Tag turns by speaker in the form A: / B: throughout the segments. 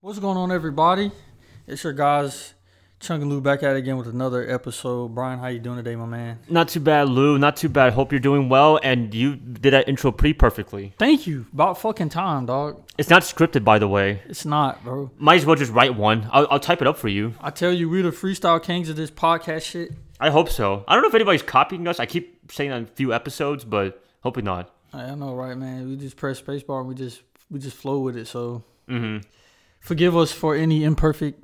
A: What's going on, everybody? It's your guys, Chung and Lou, back at it again with another episode. Brian, how you doing today, my man?
B: Not too bad, Lou. Not too bad. Hope you're doing well. And you did that intro pretty perfectly.
A: Thank you. About fucking time, dog.
B: It's not scripted, by the way.
A: It's not, bro.
B: Might as well just write one. I'll, I'll type it up for you.
A: I tell you, we're the freestyle kings of this podcast shit.
B: I hope so. I don't know if anybody's copying us. I keep saying on a few episodes, but hoping not.
A: I know, right, man? We just press spacebar and we just we just flow with it. So
B: hmm
A: forgive us for any imperfect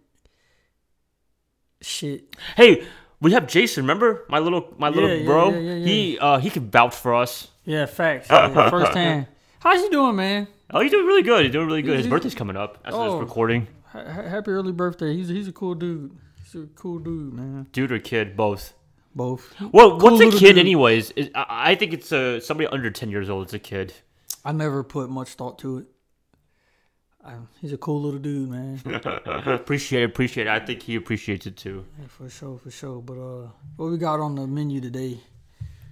A: shit.
B: Hey, we have Jason. Remember my little my
A: Yeah,
B: little
A: yeah,
B: bro?
A: yeah, yeah, yeah.
B: He uh, he can vouch for us.
A: Yeah, facts. Yeah, firsthand. How's you doing, man?
B: Oh, he's doing really good. He's doing really good. His
A: He-
B: birthday's coming up as of
A: Oh.
B: this recording.
A: Ha- ha- happy early birthday. He's he's a cool dude. He's a cool dude, man.
B: Dude or kid, both.
A: Both.
B: Well, what's a
A: little
B: kid,
A: dude.
B: anyways? Is- I I think it's uh, somebody under ten years old. It's a kid.
A: I never put much thought to it. I, he's a cool little dude, man.
B: appreciate it, appreciate it. I think he appreciates it too.
A: Yeah, for sure, for sure. But uh, what we got on the menu today?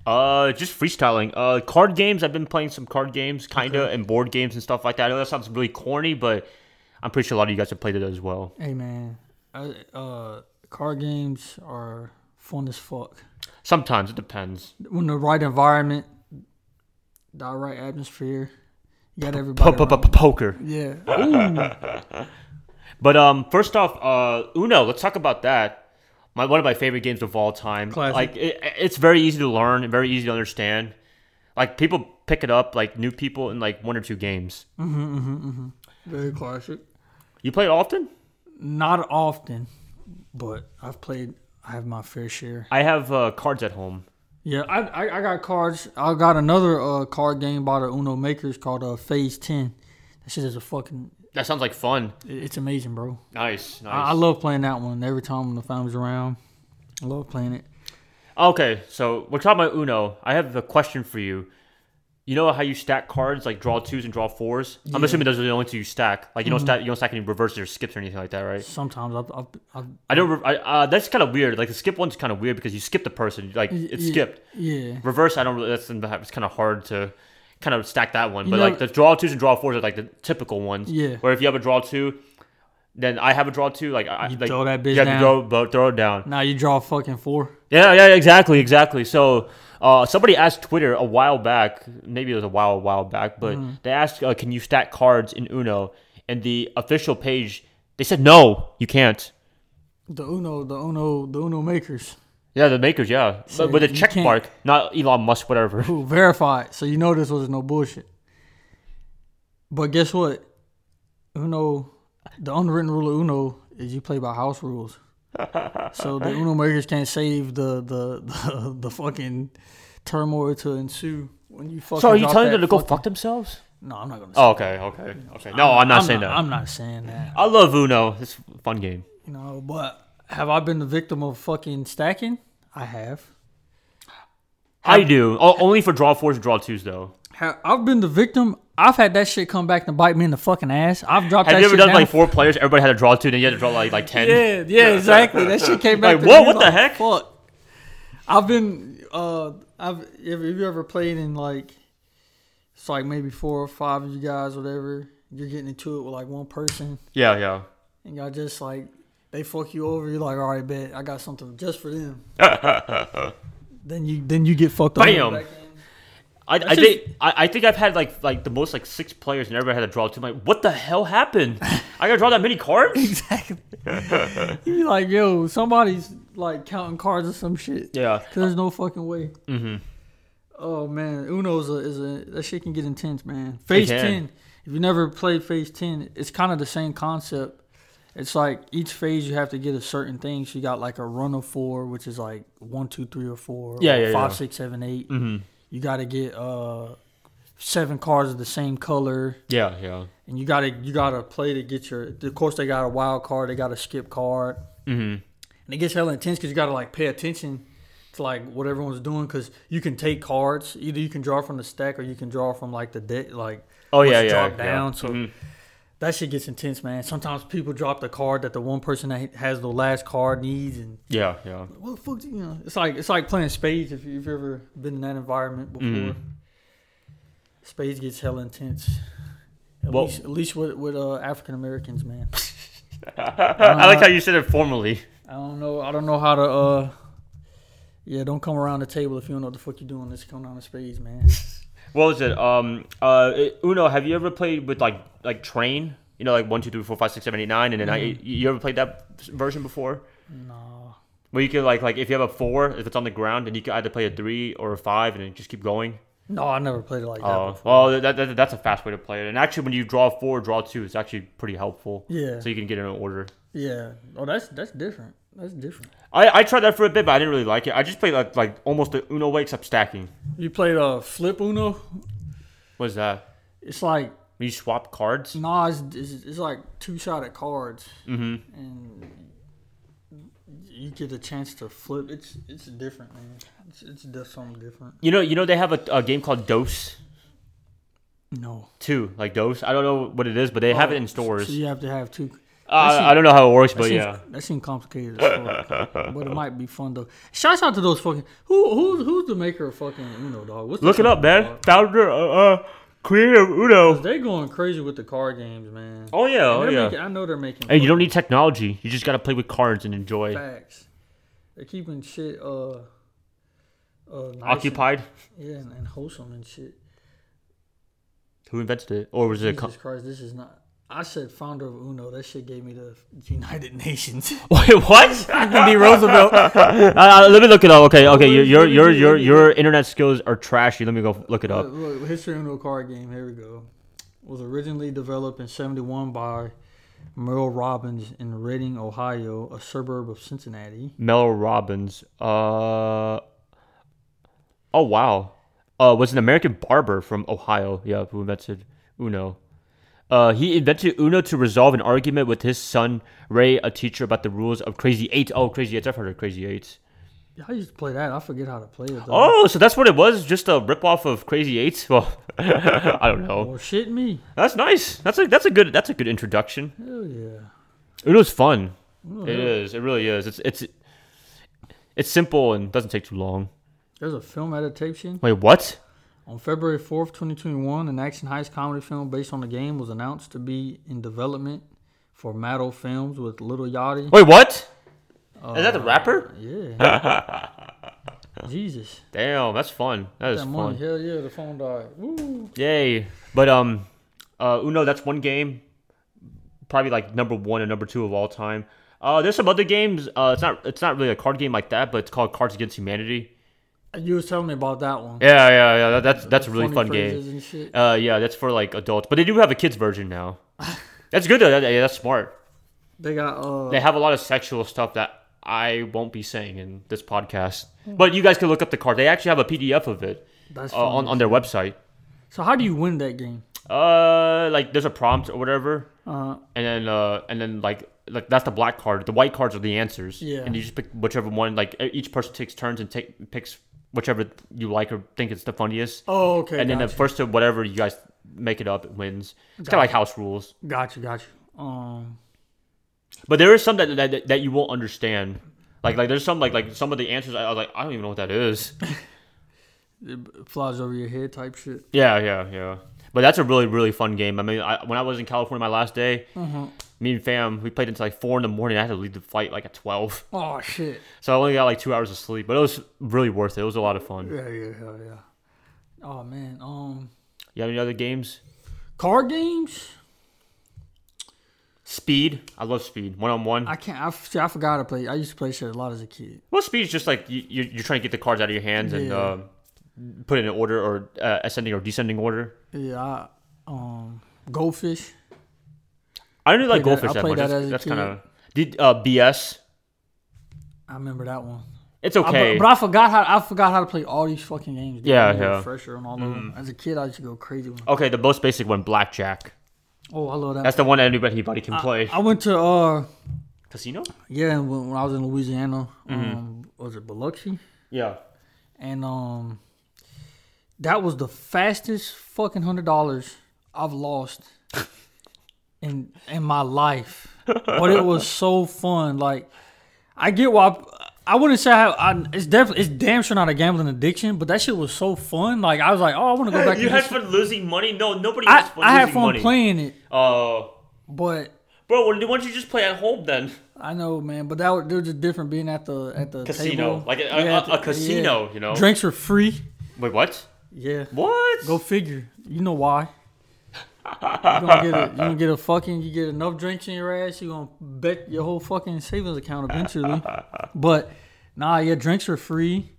B: Uh, just freestyling. Uh, card games. I've been playing some card games, kinda, and board games and stuff like that. I know that sounds really corny, but I'm pretty sure a lot of you guys have played it as well.
A: Hey, man, I, uh, card games are fun as fuck
B: Sometimes it depends.
A: when the right environment, the right atmosphere. You got
B: Po-
A: everybody.
B: po- po-
A: around.
B: Poker.
A: Yeah. Ooh.
B: But um, first off, uh, Uno. Let's talk about that. My one of my favorite games of all time.
A: Classic.
B: Like it, it's very easy to learn and very easy to understand. Like people pick it up, like new people, in like one or two games.
A: Very classic.
B: You play it often?
A: Not often, but I've played. I have my fair share.
B: I have uh, cards at home.
A: Yeah, I, I I got cards. I got another uh card game by the Uno makers called uh Phase Ten. That shit is a fucking.
B: That sounds like fun.
A: it- It's amazing, bro.
B: Nice,
A: I, I
B: nice.
A: love playing that one. Every time when the family's around, I love playing it.
B: okay, so we're talking about Uno. I have a question for you. You know how you stack cards, like draw twos and draw fours? I'm assuming those are the only two you stack. Like you
A: Mm-hmm.
B: don't stack, you don't stack any reverses or skips or anything like that, right?
A: Sometimes I've, I've, I've
B: I don't. re- I, uh, that's kind of weird. Like the skip one's kind of weird because you skip the person. Like it's
A: yeah,
B: skipped.
A: Yeah,
B: Reverse, I don't. really That's it's kind of hard to kind of stack that one.
A: You
B: But
A: know-
B: like the draw twos and draw fours are like the typical ones.
A: Yeah.
B: Where if you have a draw two, then I have a draw two. Like I
A: You
B: like,
A: throw that bitch
B: you have
A: down.
B: To throw, bo- throw it down.
A: now you draw fucking four.
B: Yeah, yeah, exactly, exactly. So uh, somebody asked Twitter a while back, maybe it was a while, a while back, but
A: Mm-hmm.
B: they asked, uh, "Can you stack cards in Uno?" And the official page, they said, "No, you can't."
A: The Uno, the Uno, the Uno makers
B: Yeah, the makers, yeah,
A: So
B: but with a
A: you
B: check
A: can't-
B: mark, not Elon Musk, whatever.
A: who verified. So you know this was no bullshit. But guess what? Uno, the unwritten rule of Uno is you play by house rules. so the Uno makers can't save the the the, the fucking turmoil to ensue when you fucking.
B: So are you
A: drop
B: telling
A: that
B: them to go
A: fuck-
B: fuck themselves?
A: No, I'm not gonna.
B: Oh, okay, okay, okay. No, I'm not saying that.
A: I'm not saying that.
B: I love Uno. It's a fun game.
A: You know, but have I been the victim of fucking stacking? I have.
B: I do. O- only for draw fours and draw twos, though.
A: Ha- I've been the victim. I've had that shit come back and bite me in the fucking ass. I've dropped
B: Have
A: that
B: you ever
A: shit
B: done
A: down.
B: like four players? Everybody had to draw two, then you had to draw like like ten.
A: yeah, yeah, exactly. That shit came back.
B: Like,
A: to
B: what?
A: me
B: What the
A: like,
B: heck?
A: Fuck. I've been. Uh, I've. Have you ever played in like? It's like maybe four or five of you guys, whatever. You're getting into it with like one person,
B: yeah, yeah.
A: and y'all just like they fuck you over. You're like, all right, bet I got something just for them. then you then you get fucked
B: Bam.
A: up. Bam.
B: I, I
A: just-
B: think I, I think I've had like like the most like six players and everybody had to draw two. I'm like, what the hell happened? I gotta draw that many cards?
A: Exactly. you be like, yo, somebody's like counting cards or some shit.
B: Yeah.
A: Cause there's no fucking way. Mm-hmm. Oh man, Uno's a, is a that shit can get intense, man. Phase
B: can.
A: ten. If you never played Phase ten, it's kind of the same concept. It's like each phase you have to get a certain thing. So you got like a run of four, which is like one, two, three, or four.
B: Yeah,
A: or
B: yeah,
A: five,
B: yeah. Mm-hmm.
A: six, seven, eight. You got to get uh seven cards of the same color
B: Yeah, yeah.
A: and you gotta you gotta play to get your. Of course, they got a wild card, they got a skip card,
B: Mm-hmm.
A: and it gets hella intense because you gotta like pay attention to like what everyone's doing because you can take cards. Either you can draw from the stack or you can draw from like the deck. Like
B: Oh
A: once
B: yeah,
A: you
B: yeah.
A: drop
B: yeah.
A: down. So
B: Mhm.
A: that shit gets intense, man. Sometimes people drop the card that the one person that has the last card needs, and
B: Yeah, yeah.
A: what the fuck? do You you know, it's like it's like playing spades if you've ever been in that environment before.
B: Mhm.
A: Spades gets hella intense. At
B: Well-
A: least, at least with with uh, African Americans, man.
B: I like how you said it formally.
A: I don't know. I don't know how to. uh Yeah, don't come around the table if you don't know what the fuck you're doing. Let's come down the spades, man.
B: What was it? Um, uh, Uno. Have you ever played with like like train? You know, like one, two, three, four, five, six, seven, eight, nine, and then I.
A: Mm-hmm.
B: You ever played that version before?
A: No.
B: Where you can like like if you have a four, if it's on the ground, then you can either play a three or a five, and then just keep going.
A: No, I never played it like that.
B: Oh, well, that, that, that's a fast way to play it. And actually, when you draw four, draw two, it's actually pretty helpful.
A: Yeah.
B: So you can get it in order.
A: Yeah. Oh, that's that's different. That's different.
B: I, I tried that for a bit, but I didn't really like it. I just played like like almost the Uno way except stacking.
A: You played a uh, flip Uno.
B: What is that?
A: It's like
B: uh, When you swap cards?
A: nah, it's, it's, it's like two sided cards, mm-hmm. and you get a chance to flip. It's it's different, man. It's it's just something different.
B: You know, you know they have a, a game called Dose
A: No.
B: Two, like Dose. I don't know what it is, but they have it in stores.
A: So you have to have two.
B: Uh,
A: seems-
B: Oh, I don't know how it works, but
A: Seems-
B: yeah.
A: that seems complicated, as fuck. but it might be fun though. Shouts out to those fucking who who who's the maker of fucking Uno, dog. What's the
B: Look it up,
A: company,
B: man.
A: dog?
B: Founder, uh, uh creator of Uno.
A: They going crazy with the card games, man.
B: Oh yeah, oh
A: They're
B: yeah.
A: making- I know they're making.
B: Hey, you don't need technology. You just gotta play with cards and enjoy.
A: Facts. They're keeping shit uh uh nice
B: Occupied.
A: and, yeah, and, and wholesome and shit.
B: Who invented it? Or was it? A
A: Jesus Christ, this is not. I said founder of Uno. That shit gave me the United Nations.
B: Wait, what?
A: Franklin D. Roosevelt.
B: Uh, uh, let me look it up. Okay, okay.
A: Let
B: Your
A: me-
B: your
A: let me
B: your
A: do- let
B: your
A: me
B: your internet skills are trashy. Let me go look it up.
A: Look, look, history Uno card game. Here we go. Was originally developed in '71 by Merle Robbins in Reading, Ohio, a suburb of Cincinnati.
B: Mel Robbins. Uh. Oh wow. Uh, was an American barber from Ohio. Yeah, who invented Uno. Uh, he invented Uno to resolve an argument with his son Ray, a teacher, about the rules of Crazy Eight. Oh, Crazy Eights. I've heard of Crazy Eights.
A: Yeah, I used to play that. I forget how to play it. Though.
B: Oh, so that's what it was? Just a ripoff of Crazy Eights? Well, I don't know.
A: Well, shit me.
B: That's nice. That's a that's a good that's a good introduction.
A: Hell yeah.
B: Uno's fun.
A: Oh,
B: It is. It really is. It's it's it's simple and doesn't take too long.
A: There's a film adaptation.
B: Wait, what?
A: On February 4th, 2021, an action heist comedy film based on the game was announced to be in development for Mattel Films with Little Yachty.
B: Wait, what? Is that the
A: Uh,
B: rapper?
A: Yeah. Jesus.
B: Damn, that's fun. That is
A: That
B: fun.
A: money. Hell yeah, the phone died. Woo.
B: Yay! But um, uh, Uno, that's one game, probably like number one and number two of all time. Uh, there's some other games. Uh, it's not it's not really a card game like that, but it's called Cards Against Humanity.
A: You was telling me about that one.
B: Yeah, yeah, yeah. That, that's that's a really
A: Funny
B: fun
A: phrases
B: game.
A: and shit.
B: Uh, yeah, that's for like adults, but they do have a kids version now. That's good though. That, yeah, that's smart.
A: They got, uh,
B: they have a lot of sexual stuff that I won't be saying in this podcast. But you guys can look up the card. They actually have a PDF of it
A: Mm. that's
B: uh, on,
A: funny.
B: on their website.
A: So, how do you win that game?
B: Uh, like there's a prompt or whatever,
A: Uh,
B: and then uh, and then like like that's the black card. The white cards are the answers.
A: Yeah.
B: And you just pick whichever one. Like e- each person takes turns and take picks whichever you like or think it's the funniest.
A: oh, okay.
B: and then the
A: gotcha.
B: first to whatever you guys make it up wins. It's kind of like house rules.
A: Gotcha, gotcha. Um,
B: But there is some that that, that you won't understand. Like like there's some like like some of the answers I, I was like I don't even know what that is.
A: it flies over your head type shit.
B: yeah yeah yeah. But that's a really really fun game. I mean, I, when I was in California my last day,
A: Mm-hmm.
B: me and fam we played until like four in the morning. I had to leave the flight like at twelve,
A: Oh, shit.
B: so I only got like two hours of sleep. But it was really worth it. It was a lot of fun.
A: Yeah, yeah, hell yeah. Oh, man. Um,
B: You have any other games?
A: Card games?
B: Speed. I love Speed. One on one.
A: I can't. I, f- see, I forgot to play. I used to play shit a lot as a kid.
B: Well, Speed's just like you, you're, you're trying to get the cards out of your hands and
A: Yeah.
B: um put it in order or uh, ascending or descending order.
A: Yeah. I, um, goldfish.
B: I don't really like
A: played that-
B: Goldfish
A: I
B: that,
A: played
B: much.
A: that
B: that's
A: as a
B: that's
A: kid.
B: kind of did uh, BS.
A: I remember that one.
B: It's
A: I-
B: okay.
A: but, but I forgot how I forgot how to play all these fucking games. dude.
B: Yeah,
A: I needed
B: yeah. Mm.
A: Refresher on all of them. As a kid, I used to go crazy. With them.
B: okay, the most basic one, blackjack.
A: Oh, I love that.
B: That's the one anybody anybody can play.
A: I went to uh
B: Casino.
A: yeah when, when I was in Louisiana.
B: Mm-hmm.
A: Um, was it Biloxi?
B: Yeah.
A: And um, that was the fastest fucking hundred dollars I've lost in in my life. But it was so fun. Like I get why I, wouldn't say I, I it's definitely it's damn sure not a gambling addiction, but that shit was so fun. Like I was like, oh, I want to go back.
B: You
A: to
B: had
A: this.
B: fun losing money? No, nobody
A: I
B: has fun
A: I had
B: losing
A: fun
B: money.
A: playing it,
B: Oh,
A: but
B: Bro, why don't you just play at home then?
A: I know, man, but that was, they're just different being at the at the
B: Casino.
A: table.
B: Like a- a-
A: Yeah, at
B: a- a casino, you know?
A: Drinks are free.
B: Wait, what?
A: Yeah,
B: What?
A: go figure. You know why? you gonna get a you gonna get a fucking you get enough drinks in your ass. You gonna bet your whole fucking savings account eventually. but nah, yeah, drinks are free.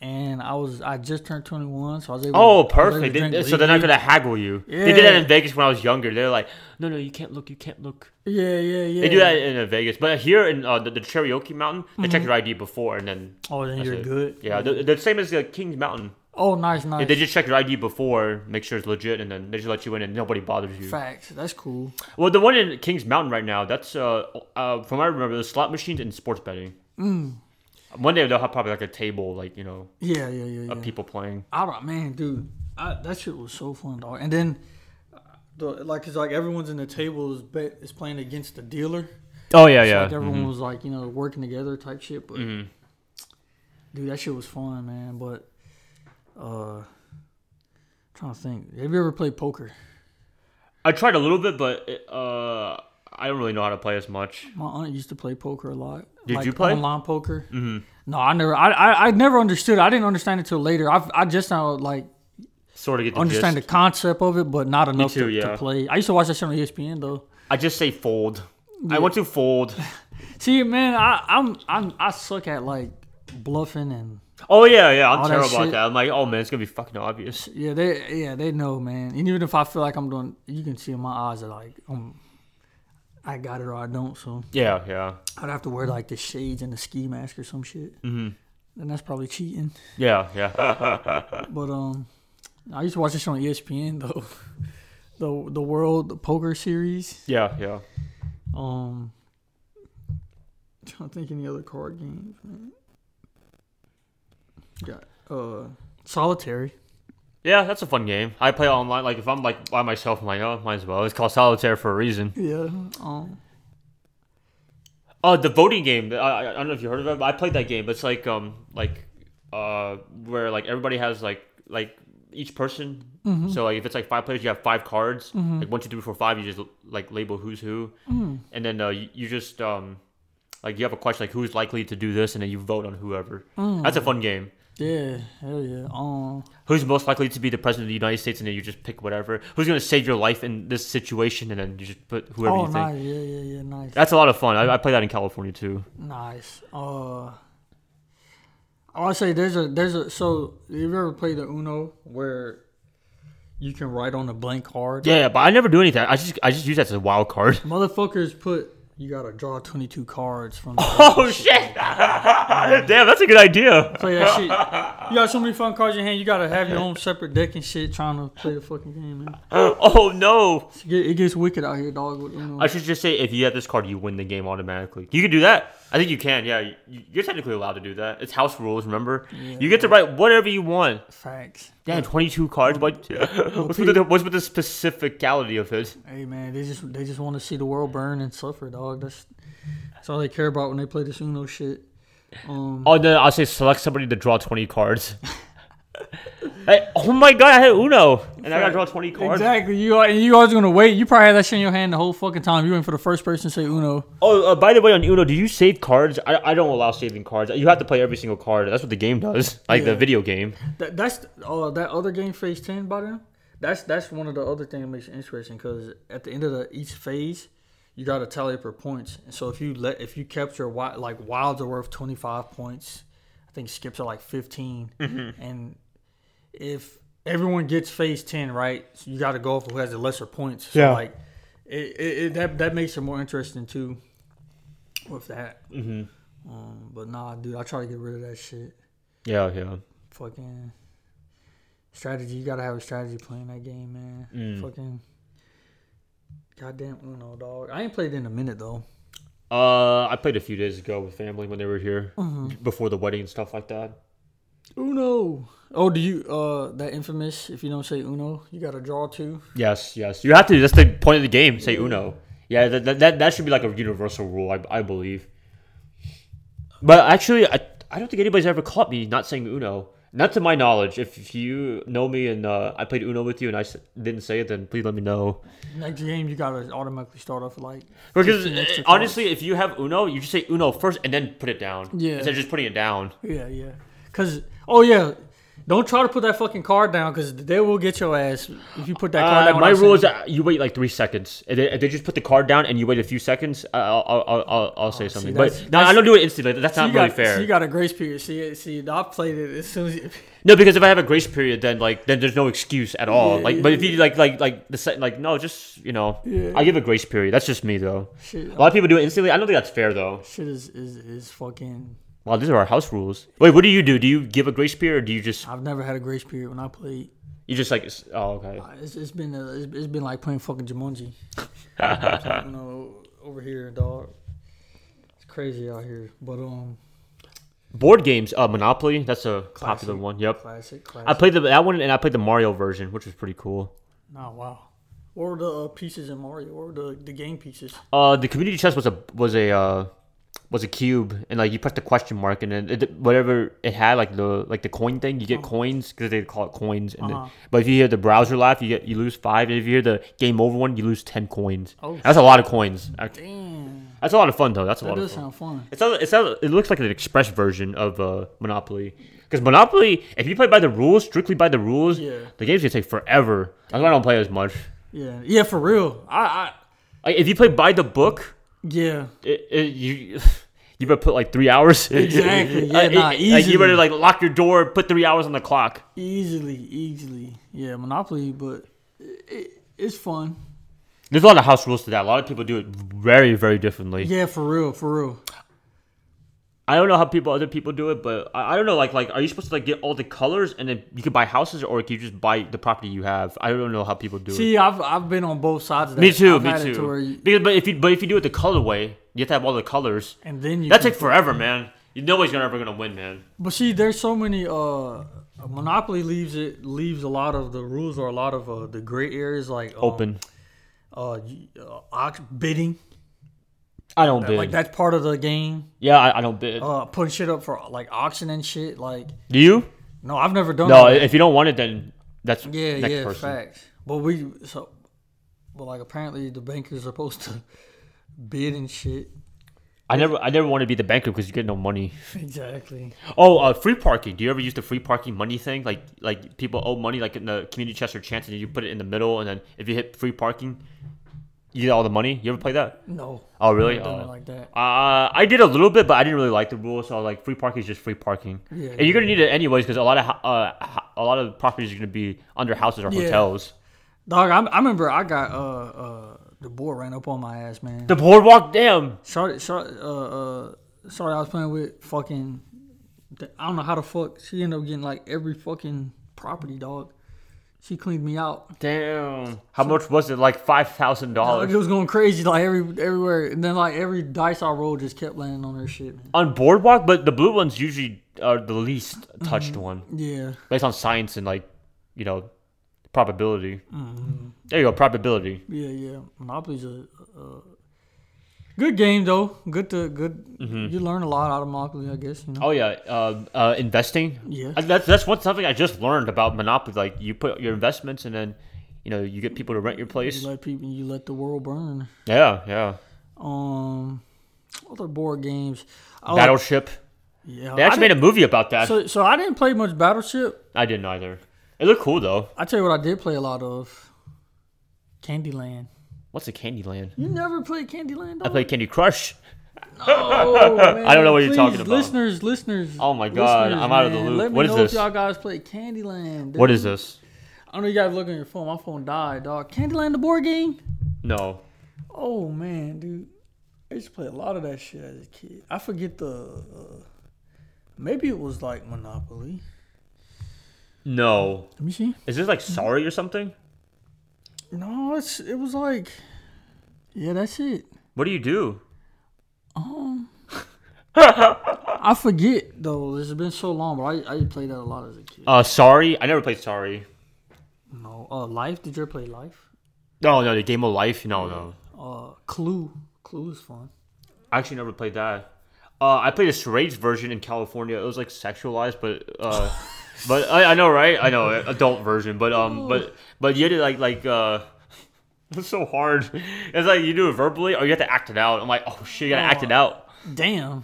A: And I was I just turned twenty one, so I was able.
B: Oh,
A: I was able
B: perfect.
A: to
B: They-
A: drink
B: so they're not
A: legally.
B: gonna haggle you. They did that
A: Yeah.
B: in Vegas when I was younger. They're like, no, no, you can't look, you can't look.
A: Yeah, yeah, yeah.
B: They do that in uh, Vegas, but here in uh, the, the Cherokee Mountain, they check your ID before and then.
A: Oh, then
B: that's
A: you're
B: it.
A: good.
B: Yeah, the, the same as uh, Kings Mountain.
A: Oh, nice, nice.
B: They just check your ID before, make sure it's legit, and then they just let you in, and nobody bothers you.
A: Facts. That's cool.
B: Well, the one in Kings Mountain right now, that's uh, uh from what I remember, the slot machines and sports betting. Mm. One day they'll have probably like a table, like you know,
A: Yeah, yeah, yeah, yeah.
B: of people playing.
A: I don't, man, dude, I, that shit was so fun, dog. And then, uh, the, like, it's like everyone's in the table is bet is playing against the dealer.
B: Oh yeah, Mm-hmm.
A: So, Like everyone was like, you know, working together type shit. But dude, that shit was fun, man. But uh, trying to think, have you ever played poker?
B: I tried a little bit, but uh, I don't really know how to play as much.
A: My aunt used to play poker a lot.
B: Did
A: like
B: you play?
A: online poker? Mm-hmm. No, I never. I, I I never understood. I didn't understand it till later. I I just now like
B: Sort of get the
A: understand
B: gist.
A: the concept of it, but not enough
B: too,
A: to,
B: yeah.
A: to play. I used to watch that shit on E ESPN though.
B: I just say fold. I want to fold.
A: See, man, I, I'm I'm I suck at like bluffing and
B: Oh yeah, yeah. I'm
A: All that
B: terrible at
A: shit.
B: that. I'm like, oh man, it's gonna be fucking obvious.
A: yeah, they yeah they know, man. And even if I feel like I'm doing, you can see in my eyes that like um, I got it or I don't. So
B: Yeah, yeah,
A: I'd have to wear like the shades and the ski mask or some shit. Mm-hmm. And that's probably cheating.
B: yeah, yeah.
A: But um, I used to watch this on E ESPN though, the the World Poker Series.
B: yeah, yeah.
A: Um, trying to think any other card games. Man. Got uh solitary.
B: Yeah, that's a fun game. I play online. Like if I'm like by myself, I'm like, oh, might as well. It's called solitaire for a reason.
A: Yeah. Um.
B: Uh, the voting game. I, I I don't know if you heard of it. But I played that game. It's like um like uh where like everybody has like like each person. So like if it's like five players, you have five cards. Like one, two, three, four, five. You just like label who's who, and then uh, you, you just um like you have a question like who's likely to do this, and then you vote on whoever. That's a fun game.
A: Yeah. Hell yeah. Um.
B: Who's most likely to be the president of the United States, and then you just pick whatever. Who's gonna save your life in this situation, and then you just put whoever
A: Oh,
B: you think.
A: nice. Yeah, yeah, yeah. Nice.
B: That's a lot of fun. I, I play that in California too.
A: Nice. Uh, I'll say there's a there's a so you ever played the Uno where you can write on a blank card?
B: Yeah, but I never do anything. I just I just use that as a wild card.
A: Motherfuckers put you gotta draw twenty two cards from. The
B: Oh shit! Damn, that's a good idea.
A: play that shit. You got so many fun cards in your hand. You gotta have your own separate deck and shit. Trying to play the fucking game, man.
B: Oh no!
A: It's get- It gets wicked out here, dog. With Uno.
B: I should just say if you have this card, you win the game automatically. You can do that. I think you can. Yeah, you, you're technically allowed to do that. It's house rules. Remember, you get to write whatever you want.
A: Facts.
B: Damn, 22 cards. What? What's with the what's with the specificality of it?
A: Hey man, they just they just want to see the world burn and suffer, dog. That's that's all they care about when they play this Uno shit. Um,
B: Oh no! I'll say select somebody to draw 20 cards. Hey, oh my god! I had Uno, and I got to draw 20 cards.
A: Exactly. You are, you always gonna wait. You probably had that shit in your hand the whole fucking time. You waiting for the first person to say Uno.
B: Oh, uh, by the way, on Uno, do you save cards? I, I don't allow saving cards. You have to play every single card. That's what the game does, like the
A: Yeah.
B: video game.
A: That, that's uh, that other game phase ten by them. That's that's one of the other thing that makes it interesting because at the end of the each phase, you got to tally up your points. And so if you let if you kept your wi- like wilds are worth twenty five points, I think skips are like 15 and if everyone gets phase ten right, so you got to go off who has the lesser points. So
B: Yeah.
A: like it, it, it that that makes it more interesting too. With that, mm-hmm. um, but nah, dude, I try to get rid of that shit
B: Yeah, yeah.
A: fucking strategy. You gotta have a strategy playing that game, man.
B: Mm.
A: Fucking goddamn Uno, dog. I ain't played in a minute though.
B: Uh, I played a few days ago with family when they were here before the wedding and stuff like that.
A: Uno. Oh, do you uh that infamous? If you don't say Uno, you gotta draw two.
B: Yes, yes. You have to. That's the point of the game. Say Uno. Yeah, that that, that, that should be like a universal rule. I, I believe. But actually, I I don't think anybody's ever caught me not saying Uno. Not to my knowledge. If if you know me and uh, I played Uno with you and I s- didn't say it, then please let me know.
A: Next game, you gotta automatically start off like
B: Because eh, uh,
A: 15 extra cards.
B: honestly, if you have Uno, you just say Uno first and then put it down.
A: Yeah.
B: Instead of just putting it down.
A: Yeah, yeah. Cause oh yeah, don't try to put that fucking card down because they will get your ass if you put that card
B: Uh,
A: down.
B: my
A: without
B: rule is
A: saying-
B: that you wait like three seconds. If they, if they just put the card down and you wait a few seconds, I- I'll, I'll, I'll, I'll, I'll say something.
A: Oh, that's-
B: but no, I don't do it instantly. That's
A: So
B: not
A: you
B: really
A: got,
B: fair.
A: so you got a grace period. See, see, I played it as soon as you,
B: No, because if I have a grace period, then like then there's no excuse at all.
A: Yeah,
B: like,
A: yeah,
B: but if you like like like the set, like no, just you know,
A: Yeah.
B: I give a grace period. That's just me though.
A: shit.
B: A lot of people do it instantly. I don't think that's fair though.
A: Shit is, is is fucking.
B: Wow, these are our house rules. Wait, what do you do? Do you give a grace period, or do you just
A: I've never had a grace period when I played.
B: you just like s- oh okay?
A: It's, it's been a, it's, it's been like playing fucking Jumanji. you know, over here, dog. It's crazy out here, but um,
B: Board games, uh, Monopoly. That's a popular
A: Classic.
B: one. Yep.
A: classic,
B: I
A: classic.
B: played the, that one and I played the Mario version, which was pretty cool.
A: Nah, wow. What were the uh, pieces in Mario? What were the, the game pieces?
B: Uh, the community chest was a was a uh, was a cube, and like you press the question mark, and then it, whatever it had, like the like the coin thing, you get coins because they call it coins. And then-
A: Oh. Uh-huh.
B: but if you hear the browser laugh, you get you lose five. And if you hear the game over one, you lose ten coins.
A: Oh,
B: that's a lot of coins. Act-
A: Damn,
B: That's a lot of fun though. That's a
A: that
B: lot of
A: does
B: fun.
A: sound fun.
B: It sounds, it sounds, it looks like an express version of uh, Monopoly. Because Monopoly, if you play by the rules, strictly by the rules,
A: Yeah.
B: the game's gonna take forever. That's why I don't play as much.
A: Yeah, yeah, for real. I, I
B: Like, if you play by the book,
A: yeah,
B: it, it, you you better put like three hours.
A: Exactly, yeah,
B: Like,
A: nah,
B: it- like, you
A: easily.
B: better like lock your door, put three hours on the clock.
A: easily, easily. Yeah, Monopoly, but it, it's fun.
B: There's a lot of house rules to that. A lot of people do it very, very differently.
A: Yeah, for real, for real.
B: I don't know how people, other people do it, but I, I don't know. Like, like, are you supposed to like get all the colors and then you can buy houses, or can you just buy the property you have? I don't know how people do it.
A: See, I've I've been on both sides of that.
B: Me too.
A: I've
B: me
A: had it
B: too.
A: to where you-
B: because, but if you, but if you do it the color way, you have to have all the colors.
A: and then you
B: That
A: can-
B: takes forever, man. You- Nobody's gonna ever gonna win, man.
A: But see, there's so many. uh Monopoly leaves it leaves a lot of the rules or a lot of uh, the gray areas like um,
B: Open.
A: uh, you- uh ox bidding
B: I don't bid.
A: Uh, like that's part of the game
B: yeah, I, I don't bid.
A: uh putting shit up for like auction and shit like
B: do you?
A: no I've never done
B: No,
A: that.
B: if you don't want it, then that's
A: Oh, Yeah,
B: next
A: yeah,
B: person.
A: facts. But we so, but like apparently the bankers are supposed to bid and shit.
B: I never, I never want to be the banker because you get no money.
A: Exactly.
B: Oh, uh, free parking. Do you ever use the free parking money thing? Like, like people owe money, like in the community chest or chance, and you put it in the middle, and then if you hit free parking, you get all the money. You ever play that?
A: No.
B: Oh, really?
A: I've done it
B: Oh.
A: like that.
B: Uh, I did a little bit, but I didn't really like the rules. So like, free parking is just free parking,
A: Yeah,
B: and you're gonna need it anyways because a lot of ho- uh, ho- a lot of properties are gonna be under houses or
A: Yeah.
B: hotels.
A: Dog, I, I remember I got uh uh the board ran up on my ass, man.
B: The boardwalk, damn.
A: Sorry, sorry, uh, uh, sorry, I was playing with fucking. I don't know how the fuck she ended up getting like every fucking property, dog. She cleaned me out.
B: Damn. How much was it? Like five thousand
A: Dog,
B: dollars.
A: it was going crazy, like every everywhere, and then like every dice I rolled just kept landing on her shit, man.
B: on boardwalk, but the blue ones usually are the least touched
A: Mm-hmm.
B: one
A: Yeah.
B: based on science and like you know probability.
A: Mm-hmm.
B: There you go, probability.
A: Yeah, yeah. Monopoly's a, a good game though. Good to good. You learn a lot out of Monopoly, I guess. You know.
B: Oh yeah, uh, uh, investing.
A: Yeah.
B: Uh, that's that's one something I just learned about Monopoly. Like you put your investments and then you know you get people to rent your place.
A: You let people, you let the world burn.
B: Yeah, yeah.
A: Um, other board games. I Oh, like-
B: Battleship.
A: yeah.
B: They
A: I
B: actually made a movie about that.
A: didn't- so so I didn't play much Battleship.
B: I didn't either. It looked cool though.
A: I tell you what, I did play a lot of Candyland.
B: What's a Candyland?
A: You never played Candyland?
B: I
A: dog?
B: played Candy Crush.
A: Oh, man,
B: I don't know what you're talking
A: please,
B: about.
A: Listeners, listeners.
B: Oh my God,
A: listeners,
B: I'm out of the
A: man,
B: loop.
A: Let me
B: What is
A: know
B: this?
A: If y'all guys play Candyland.
B: What is this?
A: I know you gotta look on your phone. My phone died, dog. Candyland the board game?
B: No.
A: Oh man, dude. I used to play a lot of that shit as a kid. I forget the. Uh, maybe it was like Monopoly.
B: No.
A: Let me see.
B: Is this like Sorry or something?
A: No, it's it was like. Yeah, that's it.
B: What do you do?
A: Um, I forget though. It's been so long, but I I used to play that a lot as a kid.
B: Uh, sorry, I never played sorry.
A: No, uh, Life. Did you ever play Life?
B: No, no, the game of life. No, no.
A: Uh, Clue. Clue is fun.
B: I actually never played that. Uh, I played a charades version in California. It was like sexualized, but uh, But I, I know, right? I know uh, adult version, but um, but but you had to like like uh, it's so hard. It's like you do it verbally, or you have to act it out. I'm like, oh shit, you gotta act it out.
A: Damn.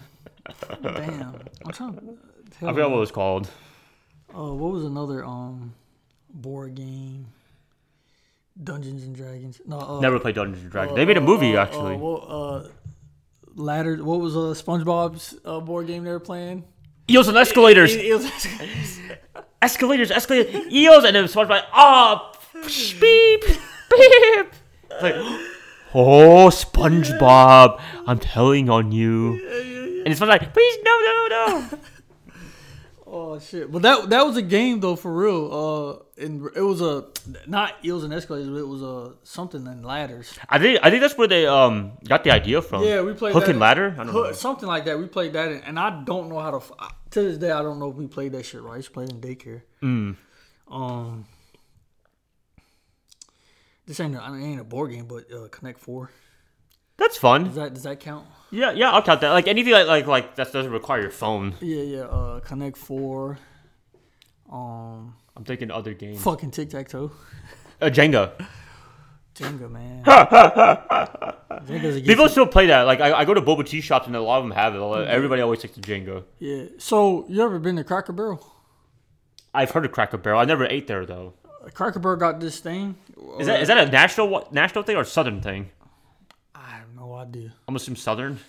A: Damn. I'm trying to
B: I
A: tell
B: forgot what it was called.
A: Oh, what was another um board game? Dungeons and Dragons. No, uh,
B: Never played Dungeons and Dragons. They made a movie
A: uh,
B: actually.
A: Uh, what, uh, ladder. What was uh, SpongeBob's uh, board game they were playing?
B: Eels and escalators.
A: It- it was-
B: escalators, escalators, eels, and then SpongeBob. Ah, psh, beep, beep. It's like, oh, SpongeBob, I'm telling on you. And it's like, please, no, no, no.
A: Oh shit! But that that was a game though, for real. Uh, and it was a not eels and escalators, but it was a something and ladders.
B: I think I think that's where they um got the idea from.
A: Yeah, we played
B: hook
A: that
B: and
A: in-
B: ladder. I don't know.
A: Hook- Something like that. We played that, in, and I don't know how to. f- I- To this day, I don't know if we played that shit right. I used to play it in daycare. Mm. Um, this ain't a, I mean, it ain't a board game, but uh, Connect Four.
B: That's fun.
A: Does that does that count?
B: Yeah, yeah, I'll count that. Like anything like like like that doesn't require your phone.
A: Yeah, yeah. Uh, Connect Four. Um,
B: I'm thinking other games.
A: fucking tic tac toe.
B: Uh, Jenga.
A: Jenga, man. Jenga's a gift
B: People still play that. Like I, I go to boba tea shops and a lot of them have it. Everybody always takes the Jenga.
A: Yeah. So you ever been to Cracker Barrel?
B: I've heard of Cracker Barrel. I never ate there though.
A: Cracker Barrel got this thing.
B: Is that is that a national wa- national thing or southern thing?
A: I have no idea.
B: I'm assuming southern.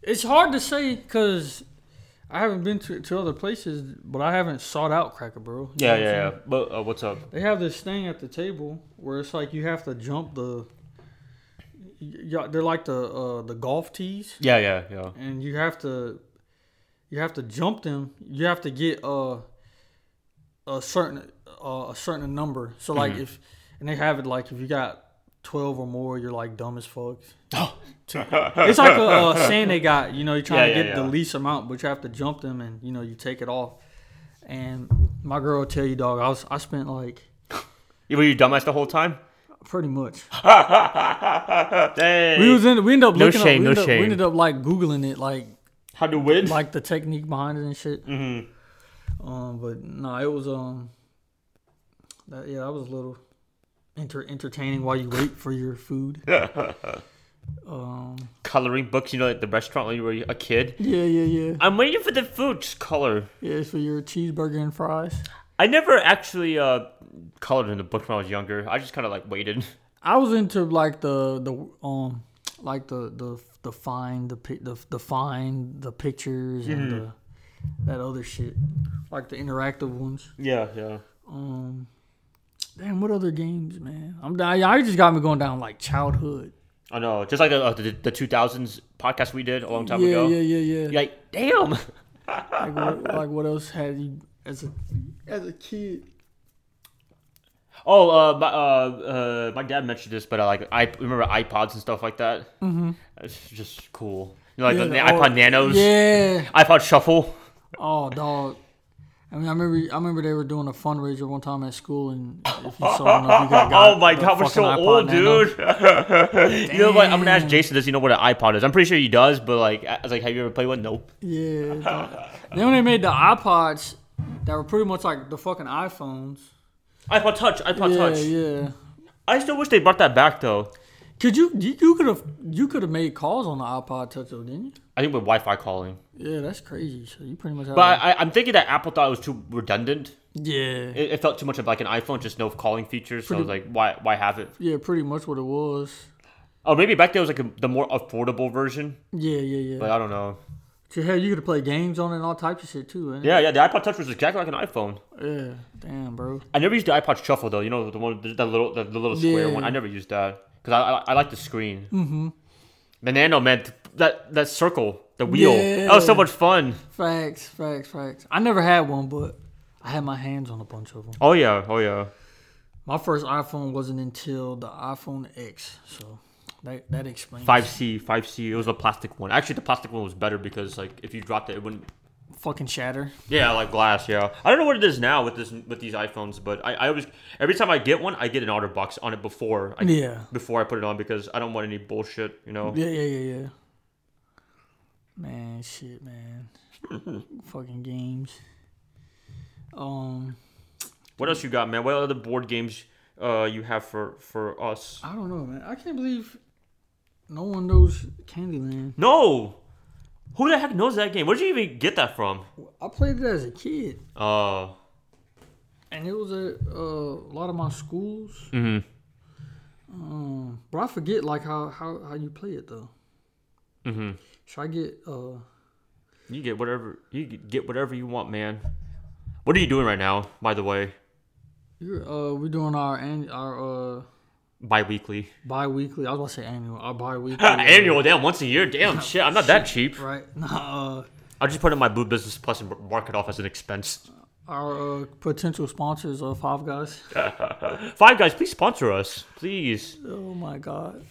A: It's hard to say because I haven't been to, to other places, but I haven't sought out Cracker Barrel. You know what I'm saying?
B: But uh, what's up?
A: They have this thing at the table where it's like you have to jump the. y- y- They're like the uh, the golf tees,
B: Yeah, yeah, yeah.
A: and you have to, you have to jump them. You have to get uh, a certain uh, a certain number. So like
B: Mm-hmm.
A: if, and they have it like if you got twelve or more, you're like dumb as fuck. it's like a uh, sand they got. You know, you're trying
B: Yeah,
A: to
B: yeah,
A: get the
B: yeah.
A: least amount, but you have to jump them, and you know, you take it off. And my girl will tell you, dog, I was I spent like
B: You- Were you dumbass the whole time?
A: pretty much.
B: Dang.
A: We was in. We ended up
B: No
A: looking up. We,
B: shame, no
A: ended up, we
B: shame.
A: ended up like googling it, like
B: How to win?
A: like the technique behind it and shit.
B: Mhm.
A: Um, but no, it was um, that, yeah, that was a little enter entertaining while you wait for your food. um,
B: Coloring books. You know, at the restaurant when you were a kid.
A: yeah, yeah, yeah,
B: I'm waiting for the food. Just color.
A: yeah. It's for your cheeseburger and fries.
B: I never actually uh, colored in the book when I was younger. I just kind of like waited.
A: I was into like the the um like the the the find the pi- the the find the pictures and the, that other shit, like the interactive ones.
B: Yeah, yeah.
A: Um, damn, what other games, man? I'm I, I just got me going down like childhood.
B: I know. Just like uh, the, the 2000s podcast we did a long time
A: yeah,
B: ago.
A: yeah, yeah, yeah,
B: You're like, damn.
A: Like, what, like what else had you as a as a kid?
B: Oh, uh, my, uh, uh, my dad mentioned this, but uh, like I remember iPods and stuff like that. Mm-hmm. It's just cool. You know, like
A: Yeah,
B: the,
A: the-
B: na- iPod
A: oh,
B: Nanos,
A: Yeah.
B: iPod Shuffle.
A: Oh, dog. I mean, I remember. I remember they were doing a fundraiser one time at school, and if you saw enough, you got
B: Oh my
A: the
B: god, we're
A: fucking
B: so
A: iPod
B: old,
A: Nano.
B: dude. you know what? I'm gonna ask Jason. Does he know what an iPod is? I'm pretty sure he does, but like, I I was like, have you ever played one? Nope.
A: Yeah. dog. then when they made the iPods, that were pretty much like the fucking iPhones.
B: iPod Touch, iPod
A: yeah,
B: Touch.
A: yeah.
B: I still wish they brought that back though.
A: Could you you- you could have you could have made calls on the iPod Touch though, didn't you?
B: I think with Wi-Fi calling,
A: Yeah, that's crazy. So you pretty much have
B: but I, I'm thinking that Apple thought it was too redundant.
A: yeah,
B: It, it felt too much of like an iPhone, just no calling features. So I was like, why, why have it?
A: yeah, pretty much what it was.
B: Oh, maybe back then it was like a, the more affordable version.
A: Yeah, yeah, yeah.
B: But I don't know.
A: So hell, you could play games on it and all types of shit too. ain't it?
B: Yeah, yeah. The iPod Touch was exactly like an iPhone.
A: Yeah. Damn, bro.
B: I never used the iPod Shuffle though. You know the one, the, the little, the, the little square
A: Yeah.
B: one. I never used that because I, I, I like the screen. Mm-hmm. The Nano man, th- that that circle, the wheel. That was so
A: Yeah.
B: much fun.
A: Facts, facts, facts. I never had one, but I had my hands on a bunch of them.
B: Oh yeah, oh yeah.
A: My first iPhone wasn't until the iPhone X, so that that explains.
B: Five C, five C. It was a plastic one. Actually, the plastic one was better because like if you dropped it, it wouldn't.
A: Fucking shatter.
B: Yeah, like glass. Yeah. I don't know what it is now with this with these iPhones, but I, I always every time I get one, I get an order box on it before I
A: Yeah.
B: before I put it on because I don't want any bullshit. You know.
A: Yeah, yeah, yeah, yeah. Man, shit, man. Fucking games. Um,
B: What else you got, man? What other board games uh, you have for for us?
A: I don't know, man. I can't believe no one knows Candyland.
B: No, who the heck knows that game? Where did you even get that from?
A: I played it as a kid,
B: Uh,
A: and it was at uh, a lot of my schools.
B: Mhm.
A: Um, but I forget like how how, how you play it though.
B: Mhm.
A: Should I get uh?
B: you get whatever you get whatever you want, man. What are you doing right now, by the way?
A: You're, uh, we're doing our an- our uh
B: Bi-weekly,
A: bi-weekly. I was about to say annual. Our bi-weekly. uh,
B: annual, damn, once a year, damn, shit. I'm not that cheap.
A: Right. Nah. Uh,
B: I just put it in my Blue Business Plus and mark it off as an expense.
A: our uh, potential sponsors are Five Guys.
B: Five Guys, please sponsor us, please.
A: Oh my god.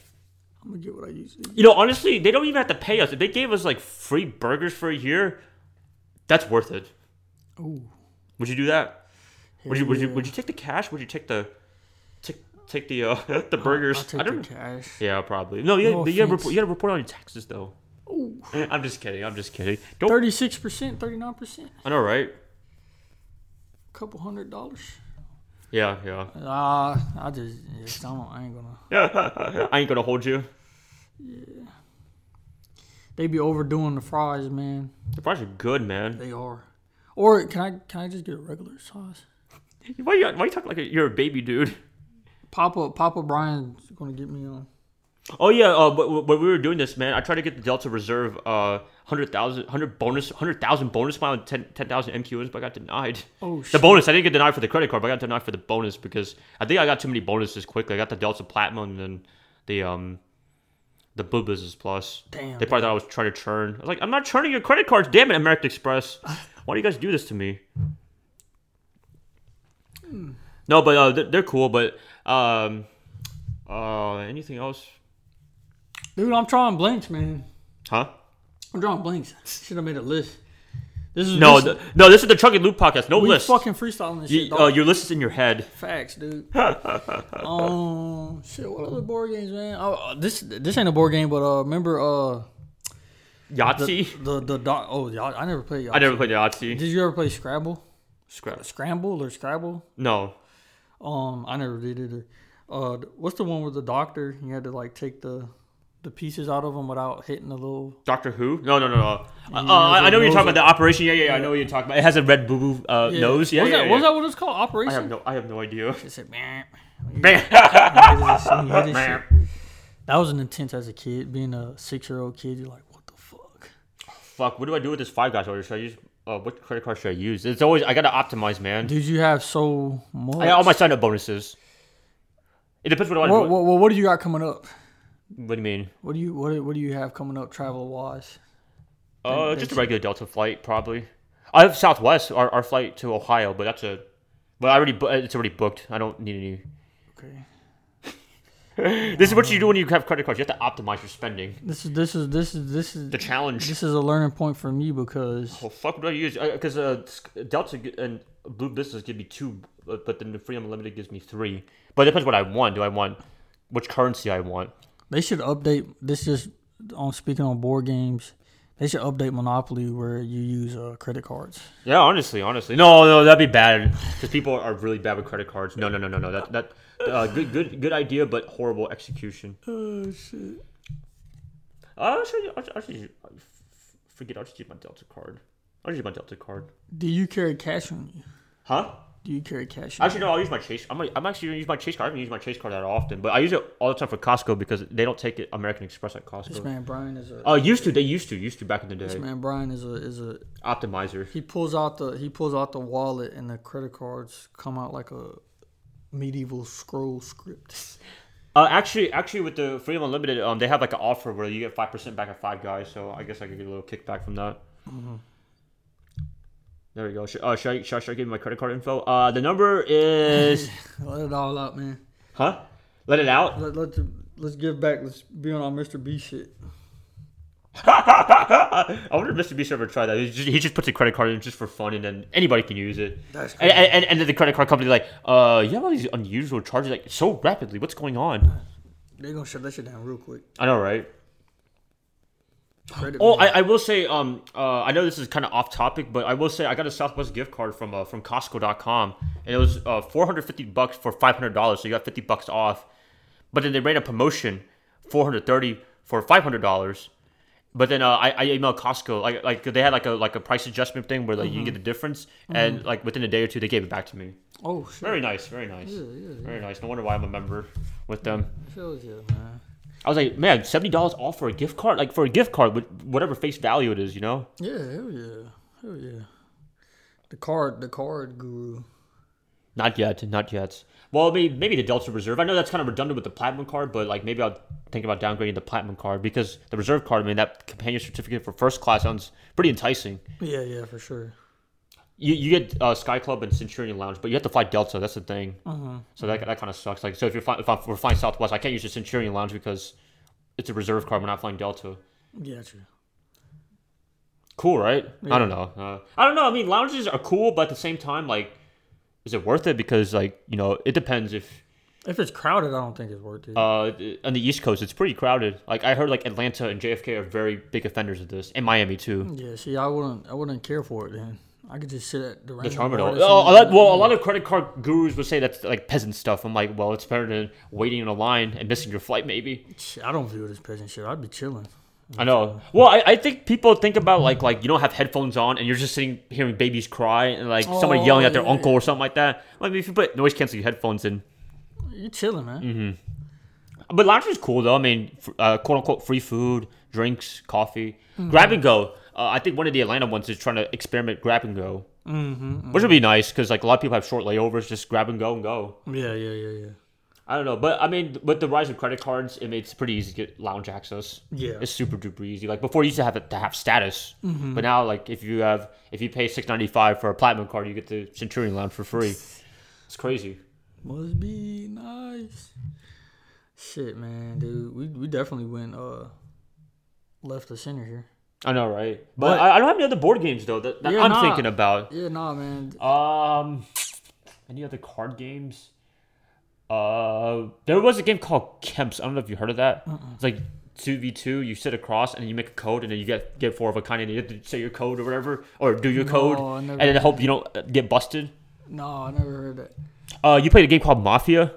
A: I'm gonna get what I usually
B: You know, honestly, they don't even have to pay us. If they gave us like free burgers for a year, that's worth it.
A: get. Ooh.
B: Would you do that? Would you would you
A: Yeah.
B: would you take the cash? Would you take the take take the uh the burgers?
A: I'll take
B: I don't.
A: the cash.
B: Yeah, probably. No, you
A: No
B: you, gotta
A: offense.
B: report, you gotta report on your taxes though. I'm just kidding. I'm just kidding. Don't.
A: Thirty-six percent, thirty-nine percent,
B: I know, right?
A: couple hundred dollars.
B: Yeah, yeah.
A: Uh, I just, yes, I, don't, I ain't gonna.
B: I ain't gonna hold you.
A: They be overdoing the fries, man.
B: The fries are good, man.
A: They are. Or can I can I just get a regular sauce?
B: Why you why you talk like a, you're a baby, dude?
A: Papa Papa Brian's gonna get me on.
B: Oh yeah, uh, but but when we were doing this, man, I tried to get the Delta Reserve uh 100,000 100 bonus 100,000 bonus mile and 10 10,000 MQs, but I got denied.
A: Oh
B: The
A: shit!
B: bonus, I didn't get denied for the credit card, but I got denied for the bonus because I think I got too many bonuses quickly. I got the Delta Platinum and then the um the Blue Business Plus.
A: Damn.
B: They probably thought I was trying to churn. I was like, I'm not churning your credit cards, damn it, American Express. Why do you guys do this to me? No, but uh, they're, they're cool. But um, uh, anything else?
A: Dude, I'm drawing blanks, man.
B: Huh?
A: I'm drawing blanks. Should have made a list. This is
B: No,
A: this,
B: th- no. This is the Chuck and Loop podcast. No
A: we
B: list.
A: fucking freestyling this shit.
B: You,
A: dog.
B: uh, your list is in your head.
A: Facts, dude. um, shit. What other board games, man? Oh, uh, this this ain't a board game, but uh, remember uh
B: Yahtzee.
A: the the doc. Oh, y'all, I never played. Y'all.
B: I never played Yahtzee.
A: Did you ever play Scrabble?
B: Scrap.
A: Scramble or Scrabble?
B: No.
A: Um, I never did either. Uh, what's the one with the doctor? You had to like take the the pieces out of them without hitting the little.
B: Doctor Who? No, no, no, no. Uh,
A: Yeah,
B: I I know what you're
A: those
B: talking
A: are-
B: about. The operation. Yeah, yeah, yeah. I know what you're talking about. It has a red boo boo uh, nose. Yeah,
A: was
B: yeah,
A: that,
B: yeah.
A: Was that what it's called?
B: I have
A: Operation.
B: no. I have no idea.
A: It said, "Meow."
B: Man.
A: You hit it, shit. that was an intense as a kid. Being a six year old kid, you're like, what the fuck?
B: Fuck. What do I do with this Five Guys order? Should I use? Uh, what credit card should I use? It's always. I gotta optimize, man.
A: Did you have so much?
B: I got all my sign up bonuses. It depends what I
A: What,
B: want.
A: what, what do you got coming up?
B: What do you mean?
A: What do you what, do- what do you have coming up travel wise?
B: Uh,
A: And
B: just a
A: that's-
B: regular Delta flight, probably. I have Southwest, our, our flight to Ohio, but that's a, but I already bu- uh, it's already booked. I don't need
A: Okay.
B: any. This is what you do when you have credit cards. You have to optimize your spending.
A: This is this is this is this is
B: The challenge.
A: this is a learning point for me because
B: Well, fuck, what do I use? Because uh, sc- Delta g- and Blue Business give me two, but, but then the Freedom Unlimited gives me three. But it depends what I want. Do I want which currency I want?
A: they should update this just on speaking on board games. They should update Monopoly where you use uh, credit cards.
B: Yeah, honestly, honestly, no, no, that'd be bad because people are really bad with credit cards. No, no, no, no, no. That that uh, good, good, good idea, but horrible execution.
A: Oh shit!
B: I'll show you. I'll, I'll show you. I f- Forget. I'll just use my Delta card. I'll just use my Delta card.
A: Do you carry cash on you?
B: Huh?
A: Do you carry cash? On you?
B: Actually, no. I'll use my Chase. I'm. gonna- I'm actually gonna use my Chase card. I haven't used my Chase card that often, but I use it all the time for Costco because they don't take it American Express at
A: This
B: Costco.
A: man Brian is a
B: Oh, used to. They used to. Used to back in the
A: this
B: day.
A: man Brian is a is a
B: Optimizer.
A: he pulls out the he pulls out the wallet and the credit cards come out like a medieval scroll script.
B: Uh, actually, actually, with the Freedom Unlimited, um, they have like an offer where you get five percent back at Five Guys. So I guess I could get a little kickback from that. There we go. Should, uh, should, I, should, I, should I give you my credit card info? Uh, the number is
A: Let it all out, man.
B: huh? Let it out.
A: Let, let's let's give back. Let's be on our Mr. B shit.
B: I wonder if Mr. Beast ever tried that. He just, he just puts a credit card in just for fun, and then anybody can use it.
A: That's
B: and, and, and- and then the credit card company like, uh, you have all these unusual charges like so rapidly. What's going on?
A: They gonna shut that shit down real quick.
B: I know, right?
A: Credit
B: Oh,
A: me.
B: I, I will say, um, uh, I know this is kind of off topic, but I will say I got a Southwest gift card from uh, from Costco.com, and it was uh, 450 bucks for 500 dollars, so you got 50 bucks off. But then they ran a promotion, 430 for 500 dollars. But then uh, I, I emailed Costco, like like they had like a like a price adjustment thing where like you get the difference, and like within a day or two they gave it back to me.
A: oh shit.
B: Very nice, very nice, very nice. No wonder why I'm a member with them.
A: Shows you, man.
B: I was like, man, seventy dollars all for a gift card, like for a gift card with whatever face value it is, you know.
A: Yeah, hell yeah, hell yeah. The card, the card guru.
B: Not yet, not yet. Well, maybe, maybe the Delta Reserve. I know that's kind of redundant with the Platinum card, but like maybe I'll think about downgrading the Platinum card because the Reserve card. I mean, that companion certificate for first class sounds pretty enticing.
A: Yeah, yeah, for sure.
B: You, you get uh, Sky Club and Centurion Lounge, but you have to fly Delta. That's the thing. So that, that kind of sucks. Like, so if you're fly, if I'm, we're flying Southwest, I can't use the Centurion Lounge because it's a Reserve card. We're not flying Delta.
A: Gotcha.
B: cool, right? I don't know. Uh, I don't know. I mean, lounges are cool, but at the same time, like, is it worth it? Because like, you know, it depends. If
A: If it's crowded, I don't think it's worth it.
B: uh, on the East Coast, it's pretty crowded. Like, I heard like Atlanta and JFK are very big offenders of this, and Miami too.
A: yeah, see, I wouldn't, I wouldn't care for it then. I could just sit at the,
B: The
A: random
B: terminal.
A: bar that's
B: Oh,
A: in
B: a
A: the-
B: lot- well, a lot of credit card gurus would say that's like peasant stuff. I'm like, well, it's better than waiting in a line and missing your flight, maybe.
A: Shit, I don't view it as peasant shit. I'd be chilling.
B: I know. Well, I, I think people think about like like you don't have headphones on and you're just sitting hearing babies cry and like somebody
A: Oh,
B: yelling at their
A: yeah,
B: uncle or something like that. Like if you put noise canceling headphones in,
A: You're chilling, man.
B: But lounge is cool though. I mean, f- uh, quote unquote, free food, drinks, coffee, grab and go. Uh, I think one of the Atlanta ones is trying to experiment grab and go, mm-hmm, which would be nice because like a lot of people have short layovers, just grab and go and go.
A: Yeah, yeah, yeah, yeah.
B: I don't know, but I mean, with the rise of credit cards, it makes it pretty easy to get lounge access.
A: Yeah.
B: it's super duper easy. Like before, you used to have to have status, but now like if you have if you pay six ninety five for a platinum card, you get the Centurion Lounge for free. It's crazy.
A: Must be nice. Shit, man, dude. We we definitely went uh left the center here.
B: I know, right? But,
A: But-
B: I, I don't have any other board games though that, that
A: Yeah,
B: I'm
A: nah.
B: thinking about.
A: Yeah, nah, man.
B: Um, any other card games? Uh, there was a game called Kemps. I don't know if you heard of that. It's like two v two. You sit across and you make a code, and then you get get four of a kind, and you have to say your code or whatever, or do your code,
A: I
B: and
A: never
B: then hope you don't uh, get busted.
A: No, I never heard that.
B: Uh, you played a game called Mafia.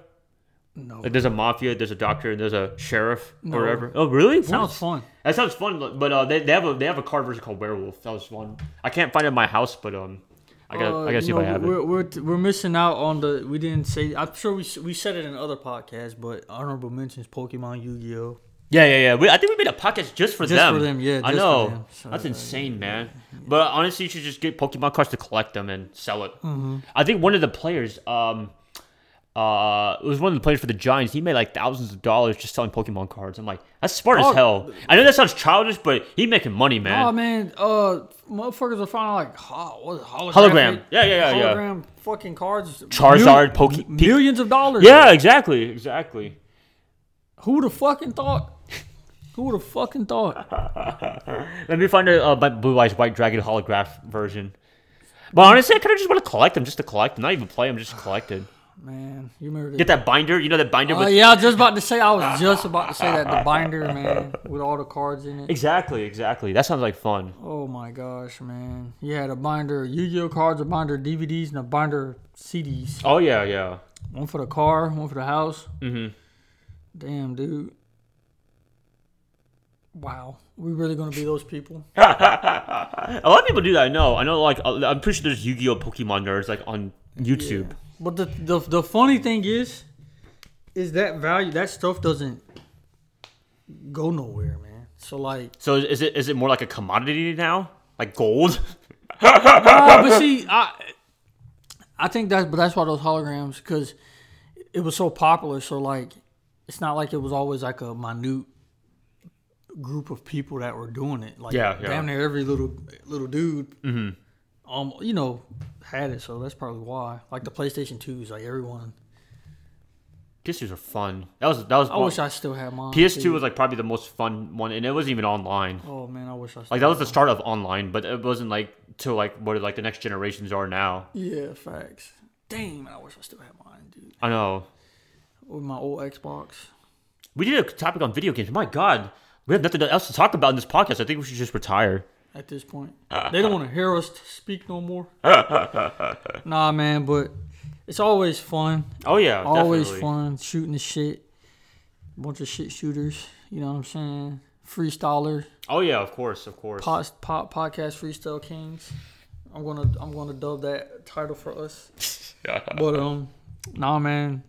A: No.
B: Like there's a mafia, there's a doctor, and there's a sheriff
A: No.
B: or whatever. Oh, really?
A: Sounds fun.
B: What? That sounds fun. But uh, they, they have a they have a card version called Werewolf. That was fun. I can't find it in my house, but um, I gotta
A: Uh,
B: I gotta
A: you
B: see if I
A: know,
B: have it.
A: we're, We're, t- we're missing out on the. We didn't say. I'm sure we s- we said it in other podcasts, but honorable mentions: Pokemon, Yu Gi Oh.
B: Yeah, yeah, yeah. We, I think we made a podcast just for
A: Just
B: them.
A: for them, yeah, just
B: I
A: for
B: know.
A: them. So,
B: That's
A: uh,
B: insane, man. But honestly, you should just get Pokemon cards to collect them and sell it.
A: Mm-hmm.
B: I think one of the players, um, uh, it was one of the players for the Giants. He made like thousands of dollars just selling Pokemon cards. I'm like, that's smart
A: Oh.
B: as hell. I know that sounds childish, but he making money, man.
A: Oh man, uh, motherfuckers are finding like ho- what is it, holographic-
B: Hologram. Yeah, yeah, yeah, yeah.
A: hologram fucking cards.
B: Charizard, Poke-
A: m- millions of dollars.
B: yeah, exactly, exactly.
A: Who would have fucking thought? Who would have fucking thought?
B: Let me find a uh, my Blue Eyes White Dragon holograph version. But honestly, I kind of just want to collect them, just to collect them, not even play them, just collect them.
A: Man, you remember
B: Get
A: that?
B: that binder, you know that binder
A: Uh,
B: with
A: yeah, I was just about to say. I was just about to say that the binder, man, with all the cards in it.
B: Exactly, exactly. That sounds like fun.
A: Oh my gosh, man! You had a binder, of Yu-Gi-Oh cards, a binder of DVDs, and a binder of CDs.
B: Oh yeah, yeah.
A: One for the car, one for the house. Mm-hmm. Damn, dude. Wow, we really gonna be those people?
B: A lot of people do that. I know. I know. Like, uh, I'm pretty sure there's Yu-Gi-Oh Pokemon nerds like on YouTube.
A: But the, the the funny thing is, is that value that stuff doesn't go nowhere, man. So like,
B: So is it is it more like a commodity now, like gold?
A: Ah, but see, I I think that's but that's why those holograms because it was so popular. So like, it's not like it was always like a minute group of people that were doing it. Like,
B: Yeah, Mm-hmm. yeah.
A: damn near every little little dude. Um, you know, had it, so that's probably why. Like the PlayStation 2s, like everyone.
B: PS2s are fun. That was that was.
A: I wish I still had mine.
B: PS2
A: too.
B: was like probably the most fun one, and it wasn't even online.
A: Oh man, I wish I still
B: Like that was
A: had
B: the start of online, but it wasn't like to like what like the next generations are now.
A: Yeah, facts. Damn, I wish I still had mine, dude.
B: I know.
A: With my old Xbox.
B: We did a topic on video games. My God, We have nothing else to talk about in this podcast. I think we should just retire.
A: at this point. They don't want to hear us speak no more. nah, man, but it's always fun.
B: Oh yeah,
A: Always
B: definitely.
A: fun shooting the shit. Bunch of shit shooters. You know what I'm saying? Freestylers,
B: Oh yeah, of course, of course.
A: pod, pod, podcast freestyle kings. I'm gonna I'm gonna dub that title for us. But um, nah, man.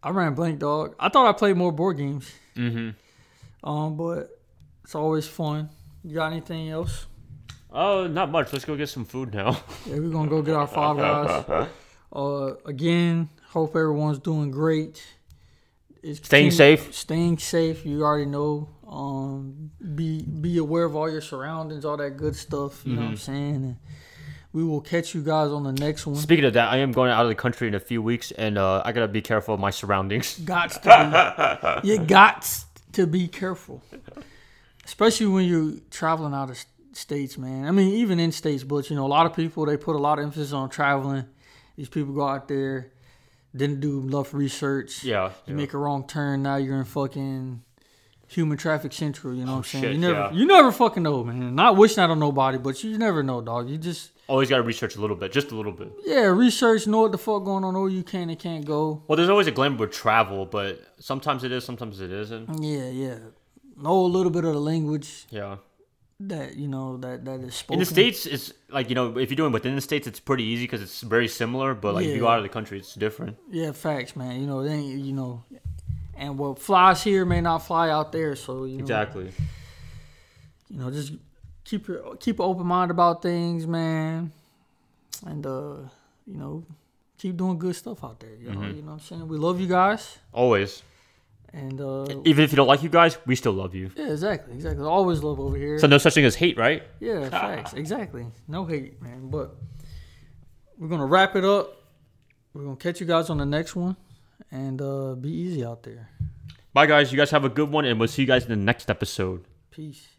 A: I ran blank, dog. I thought I played more board games.
B: mm-hmm.
A: Um, but it's always fun. You got anything else?
B: Oh, not much. Let's go get some food now.
A: Yeah, we're gonna go get our five guys. Uh, again, hope everyone's doing great. It's
B: Staying safe.
A: Staying safe. You already know. Um, be be aware of all your surroundings, all that good stuff. You know what I'm
B: Mm-hmm.
A: saying. And we will catch you guys on the next one.
B: Speaking of that, I am going out of the country in a few weeks, and uh, I gotta be careful of my surroundings.
A: Got to be, you got to be careful, especially when you're traveling out of s- states, man. I mean, even in states, but you know, a lot of people they put a lot of emphasis on traveling. These people go out there, didn't do enough research.
B: Yeah,
A: you
B: yeah.
A: make a wrong turn, now you're in fucking human traffic central. You know what I'm saying?
B: Oh, shit,
A: you never,
B: yeah.
A: you never fucking know, man. Not wishing that on nobody, but you never know, dog. You just
B: Always gotta research a little bit, just a little bit.
A: yeah, research, know what the fuck going on, know where you can and can't go.
B: Well, there's always a glamour with travel, but sometimes it is, sometimes it isn't.
A: Yeah, yeah. Know a little bit of the language
B: Yeah.
A: that you know that that is spoken.
B: In the states, it's like you know, if you're doing within the states, it's pretty easy because it's very similar. But like if you go
A: Yeah.
B: out of the country, it's different.
A: Yeah, facts, man. You know, they ain't, you know, and what flies here may not fly out there. So you know,
B: Exactly.
A: you know, just keep your keep an open mind about things, man, and uh, you know, keep doing good stuff out there. You
B: Mm-hmm.
A: know, you know what I'm saying. We love you guys,
B: Always.
A: and uh,
B: Even if you don't like you guys, we still love you.
A: yeah, exactly, exactly. Always love over here.
B: So no such thing as hate, right?
A: Yeah, facts. exactly. No hate, man. But we're gonna wrap it up. We're gonna catch you guys on the next one, and uh, be easy out there.
B: Bye, guys. You guys have a good one, and we'll see you guys in the next episode.
A: Peace.